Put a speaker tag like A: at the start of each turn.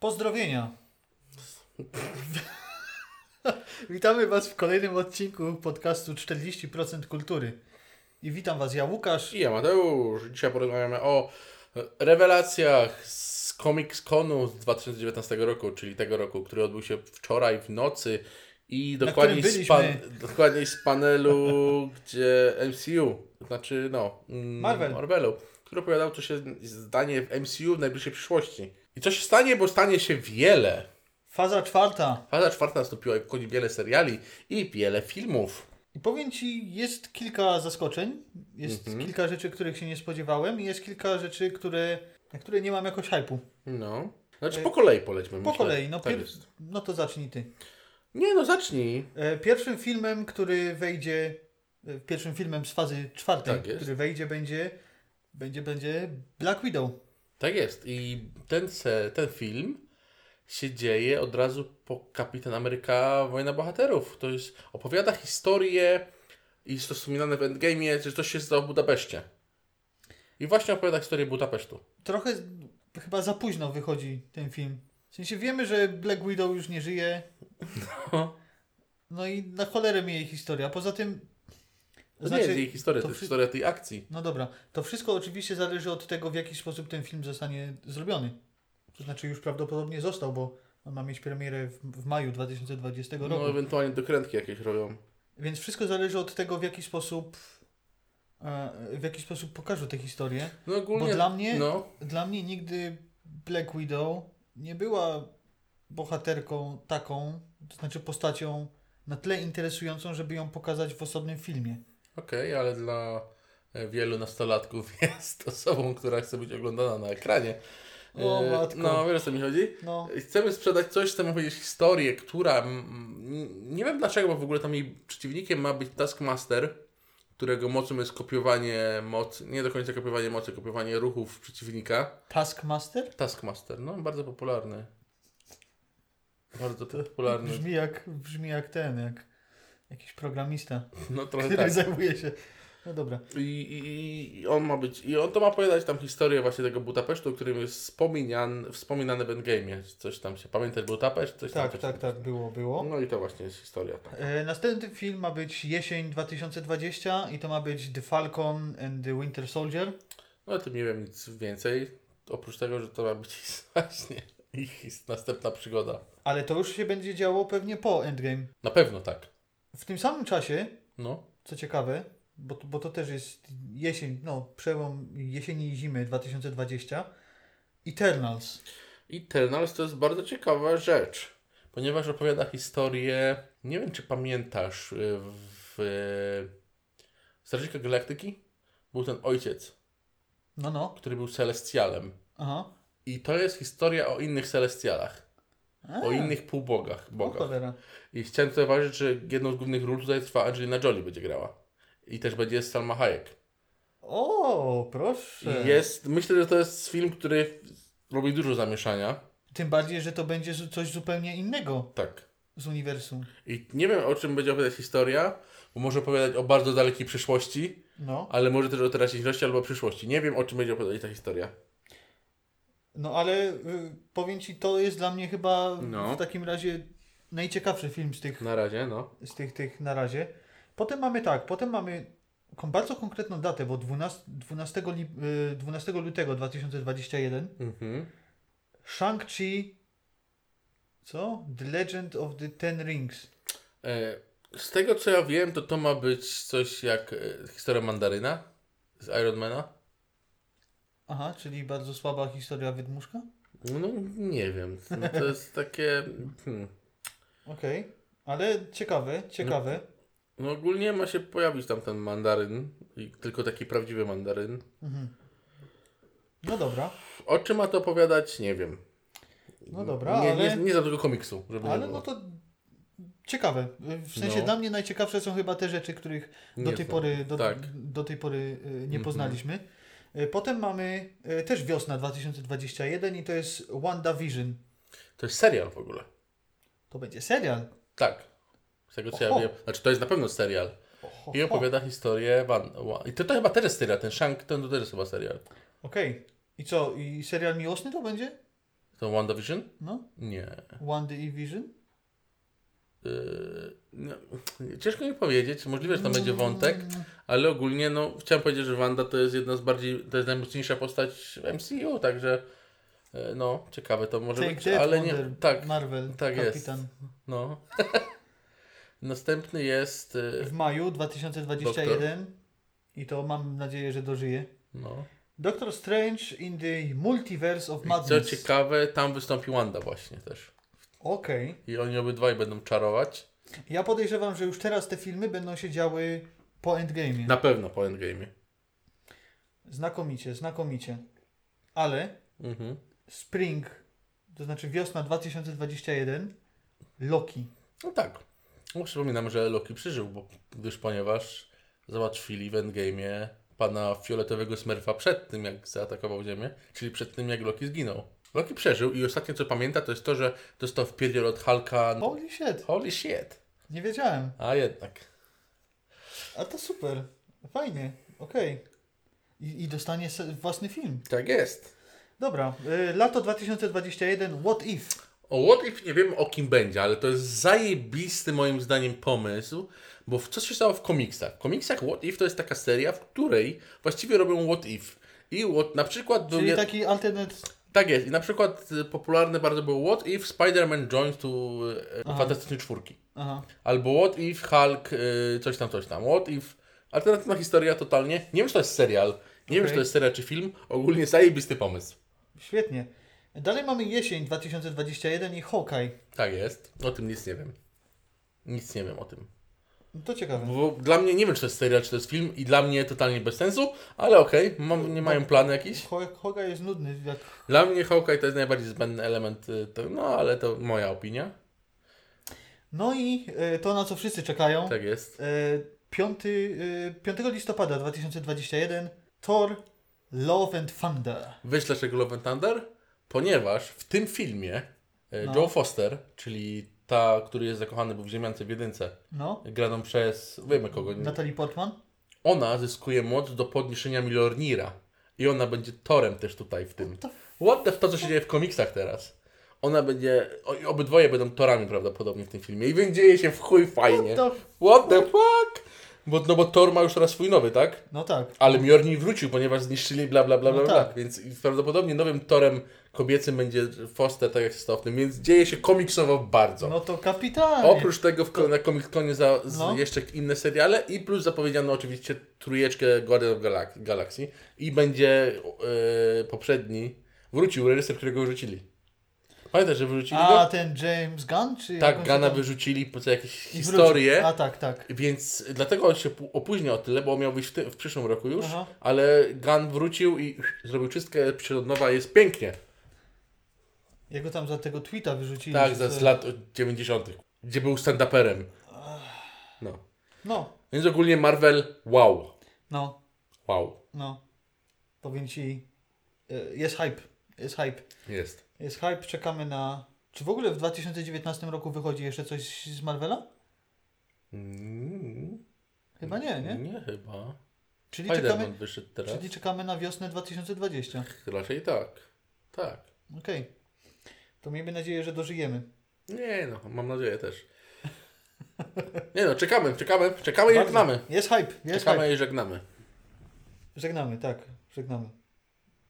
A: Pozdrowienia. Witamy Was w kolejnym odcinku podcastu 40% Kultury. I witam Was, ja Łukasz.
B: I ja Mateusz. Dzisiaj porozmawiamy o rewelacjach z Comic Conu z 2019 roku, czyli tego roku, który odbył się wczoraj w nocy i
A: Na
B: dokładniej
A: którym
B: z, pan,
A: byliśmy.
B: dokładniej z panelu, gdzie MCU, znaczy no, mm,
A: Marvel.
B: Marvelu, który opowiadał, co się stanie w MCU w najbliższej przyszłości. I co się stanie, bo stanie się wiele.
A: Faza czwarta.
B: Faza czwarta nastąpiła i wchodzi wiele seriali i wiele filmów.
A: I powiem Ci, jest kilka zaskoczeń, jest
B: Mhm.
A: kilka rzeczy, których się nie spodziewałem i jest kilka rzeczy, które, na które nie mam jakoś hypu.
B: No. Znaczy po kolei polećmy.
A: E, Po
B: myślę.
A: kolei, no,
B: tak
A: pier-
B: jest.
A: no to zacznij Ty.
B: Nie no, zacznij.
A: E, Pierwszym filmem, który wejdzie, e, pierwszym filmem z fazy czwartej,
B: Tak jest.
A: który wejdzie, będzie, będzie, będzie Black Widow.
B: Tak jest. I ten, se, ten film się dzieje od razu po Kapitan Ameryka Wojna Bohaterów. To jest, opowiada historię i jest to wspominane w Endgame'ie, że coś się stało w Budapeszcie. I właśnie opowiada historię Budapesztu.
A: Trochę z- chyba za późno wychodzi ten film. W sensie wiemy, że Black Widow już nie żyje. No i na cholerę mi jej historia. Poza tym...
B: To nie jest jej historia, to,
A: Znaczy, to
B: jest
A: wszy-
B: historia tej akcji.
A: No dobra, to wszystko oczywiście zależy od tego, w jaki sposób ten film zostanie zrobiony. To znaczy już prawdopodobnie został, bo on ma mieć premierę w, w maju 2020 roku.
B: No ewentualnie dokrętki jakieś robią.
A: Więc wszystko zależy od tego, w jaki sposób e, w jaki sposób pokażę tę historię.
B: No ogólnie...
A: Bo dla mnie-
B: No,
A: Dla mnie nigdy Black Widow nie była bohaterką taką, to znaczy postacią na tyle interesującą, żeby ją pokazać w osobnym filmie.
B: okej, ale dla e, wielu nastolatków jest osobą, która chce być oglądana na ekranie.
A: O,
B: E,
A: matko.
B: No, wiesz o co mi chodzi?
A: No,
B: Chcemy sprzedać coś, chcemy powiedzieć historię, która. mm, Nie wiem dlaczego, bo w ogóle tam jej przeciwnikiem ma być Taskmaster, którego mocą jest kopiowanie mocy. Nie do końca kopiowanie mocy, kopiowanie ruchów przeciwnika.
A: Taskmaster?
B: Taskmaster, no, bardzo popularny. Bardzo popularny.
A: Brzmi jak, brzmi jak ten, jak jakiś programista,
B: No trochę
A: który
B: tak.
A: zajmuje się. No dobra.
B: I, i, I on ma być. I on to ma opowiadać tam historię właśnie tego Budapesztu, o którym jest wspomnian, wspominany w Endgame'ie. Coś tam się. Pamiętasz Budapeszt? Coś tam
A: Tak,
B: coś
A: tak, tak, było, było.
B: No i to właśnie jest historia. Tak.
A: E, Następny film ma być jesień 2020 i to ma być The Falcon and the Winter Soldier.
B: No o tym nie wiem nic więcej, oprócz tego, że to ma być właśnie ich his- następna przygoda.
A: Ale to już się będzie działo pewnie po Endgame.
B: Na pewno tak.
A: W tym samym czasie,
B: No,
A: co ciekawe, bo, to- bo to też jest jesień, no przełom jesieni i zimy 2020, Eternals.
B: Eternals to jest bardzo ciekawa rzecz, ponieważ opowiada historię, nie wiem czy pamiętasz, y, w y, Strażnikach Galaktyki był ten ojciec,
A: No, no,
B: który był Celestialem.
A: aha.
B: I to jest historia o innych Celestialach,
A: A,
B: o innych półbogach,
A: o
B: bogach.
A: cholera.
B: I chciałem zauważyć, że jedną z głównych ról tutaj trwa Angelina Jolie będzie grała. I też będzie Salma Hayek.
A: O, proszę.
B: I Jest, myślę, że to jest film, który robi dużo zamieszania.
A: Tym bardziej, że to będzie zu- coś zupełnie innego
B: Tak.
A: z uniwersum.
B: I nie wiem, o czym będzie opowiadać historia, bo może opowiadać o bardzo dalekiej przyszłości,
A: No,
B: ale może też o teraźniejszości albo przyszłości. Nie wiem, o czym będzie opowiadać ta historia.
A: no ale y, powiem Ci, to jest dla mnie chyba
B: No.
A: w takim razie najciekawszy film z tych,
B: Na razie, no.
A: z tych, tych na razie. Potem mamy tak, potem mamy kon- bardzo konkretną datę, bo 12, 12, lip, y, 12 lutego 2021
B: Mhm.
A: Shang-Chi co? The Legend of the Ten Rings.
B: E, z tego, co ja wiem, to to ma być coś jak e, historia mandaryna z Ironmana.
A: Aha, czyli bardzo słaba historia wydmuszka?
B: No, nie wiem. No, To jest takie... Hmm.
A: Okej, ale ciekawe, ciekawe.
B: No ogólnie ma się pojawić tam ten mandaryn, i tylko taki prawdziwy mandaryn.
A: No dobra,
B: O czym ma to opowiadać? Nie wiem.
A: no dobra,
B: nie,
A: ale,
B: nie, nie znam tego komiksu, żeby nie
A: ale
B: było.
A: no to ciekawe. W sensie
B: No.
A: dla mnie najciekawsze są chyba te rzeczy, których
B: Nie
A: do tej
B: znam.
A: pory, do,
B: Tak. Mhm.
A: do tej pory e, nie poznaliśmy. E, Potem mamy e, też wiosna 2021 i to jest WandaVision.
B: To jest serial w ogóle.
A: To będzie serial.
B: Tak. Z tego co
A: Oho.
B: ja wiem. Znaczy to jest na pewno serial.
A: Oho,
B: I opowiada historię Wan... Wa- I to, to chyba też jest serial, ten Shank, ten to też jest chyba serial.
A: Okej. I co? I serial miłosny to będzie?
B: To WandaVision?
A: No?
B: Nie.
A: One Day Vision?
B: Yy, no, ciężko mi powiedzieć, możliwe, że tam będzie wątek, ale ogólnie no, chciałem powiedzieć, że Wanda to jest jedna z bardziej, to jest najmocniejsza postać w MCU, także yy, no, ciekawe to może
A: Take
B: być,
A: that,
B: ale
A: Wonder,
B: nie, tak,
A: Marvel,
B: tak jest.
A: kapitan.
B: no. Następny jest, yy,
A: W maju 2021 i to mam nadzieję, że dożyje.
B: no,
A: Doctor Strange in the Multiverse of
B: I co
A: Madness.
B: ciekawe, tam wystąpi Wanda właśnie też.
A: Okej.
B: I oni obydwaj będą czarować.
A: Ja podejrzewam, że już teraz te filmy będą się działy po Endgame'ie.
B: Na pewno po Endgame'ie.
A: Znakomicie, znakomicie. Ale
B: Mhm.
A: Spring, to znaczy wiosna 2021, Loki.
B: No tak. No, Przypominam, że Loki przeżył, bo, gdyż ponieważ załatwili w Endgame'ie pana fioletowego smerfa przed tym, jak zaatakował Ziemię, czyli przed tym, jak Loki zginął. Loki przeżył i ostatnie, co pamięta, to jest to, że dostał wpierdziel od Hulka.
A: Holy shit,
B: Holy shit.
A: nie wiedziałem.
B: A jednak.
A: A to super, fajnie, okej. I, I dostanie se- własny film.
B: Tak jest.
A: Dobra, y, lato 2021, What If?
B: O What If nie wiem o kim będzie, ale to jest zajebisty moim zdaniem pomysł, bo w- co się stało w komiksach? W komiksach What If to jest taka seria, w której właściwie robią What If. I what, na przykład... był
A: Czyli
B: je-
A: taki alternat...
B: Tak jest. I na przykład y, popularne bardzo było What If Spider-Man joins to y, Fantastyczne Czwórki.
A: Aha.
B: Albo What If Hulk y, coś tam, coś tam. What If... Alternatywna historia totalnie. Nie wiem, czy to jest serial. Nie wiem,
A: Okej.
B: czy to jest serial czy film. Ogólnie zajebisty pomysł.
A: Świetnie. Dalej mamy jesień 2021 i Hawkeye.
B: Tak jest. O tym nic nie wiem. Nic nie wiem o tym.
A: No To ciekawe.
B: Bo dla mnie, nie wiem, czy to jest serial, czy to jest film i dla mnie totalnie bez sensu, ale okej, mam- nie mają planu jakiś.
A: Ho- Hawkeye jest nudny, jak...
B: Dla mnie Hawkeye to jest najbardziej zbędny element, y, to, no ale to moja opinia.
A: No i y, to, na co wszyscy czekają.
B: Tak jest.
A: E, 5, e, 5 listopada 2021 Thor Love and Thunder.
B: Wiesz dlaczego Love and Thunder? Ponieważ w tym filmie e,
A: No.
B: Joe Foster, czyli ta, który jest zakochany był w ziemiance w jedynce,
A: No.
B: graną przez, wiemy kogo, nie?
A: Natalie Portman.
B: ona zyskuje moc do podniesienia Milornira. I ona będzie torem też tutaj w tym.
A: the
B: What the, to co się dzieje w komiksach teraz. Ona będzie, o- i obydwoje będą torami prawdopodobnie w tym filmie. I więc dzieje się w chuj fajnie.
A: What the-
B: What the fuck? Bo, no bo Thor ma już teraz swój nowy, tak?
A: No tak.
B: Ale Mjorni wrócił, ponieważ zniszczyli bla bla bla
A: No
B: bla,
A: tak.
B: bla. Więc prawdopodobnie nowym torem kobiecym będzie Foster, tak jak się stało w tym, więc dzieje się komiksowo bardzo.
A: No to kapitalnie.
B: Oprócz tego w, na Comic Conie za, z,
A: No.
B: jeszcze inne seriale i plus zapowiedziano oczywiście trójeczkę Guardian of Galak- Galaxy i będzie e, poprzedni, wrócił reżyser, którego wyrzucili. Pamiętasz, że wyrzucili
A: A
B: go?
A: ten James Gunn? Czy jak on
B: Tak,
A: się
B: Gana
A: tam-
B: wyrzucili po co jakieś
A: i wrócił.
B: historie.
A: A tak, tak.
B: Więc dlatego on się pu- opóźnia o tyle, bo miał wyjść w, ty- w przyszłym roku już,
A: Aha.
B: ale Gun wrócił i zrobił czystkę, przyszedł od nowa, jest pięknie.
A: Jego tam za tego tweeta wyrzucili.
B: Tak,
A: że
B: za,
A: to-
B: z lat 90., gdzie był stand-uperem. No.
A: No,
B: Więc ogólnie Marvel, wow.
A: no,
B: Wow.
A: no. Powiem ci, e, jest hype. Jest hype.
B: Jest.
A: Jest hype, czekamy na... Czy w ogóle w 2019 roku wychodzi jeszcze coś z Marvela?
B: Mm.
A: Chyba nie, nie?
B: Nie chyba.
A: Czyli czekamy,
B: Spider-Man wyszedł teraz.
A: Czyli czekamy na wiosnę 2020.
B: Raczej tak. Tak.
A: Okej. To miejmy nadzieję, że dożyjemy.
B: Nie no, mam nadzieję też. Nie no, czekamy, czekamy, czekamy i
A: Bardzo.
B: żegnamy.
A: Jest tak. hype, jest
B: Czekamy
A: hype.
B: i żegnamy.
A: Żegnamy, tak, żegnamy.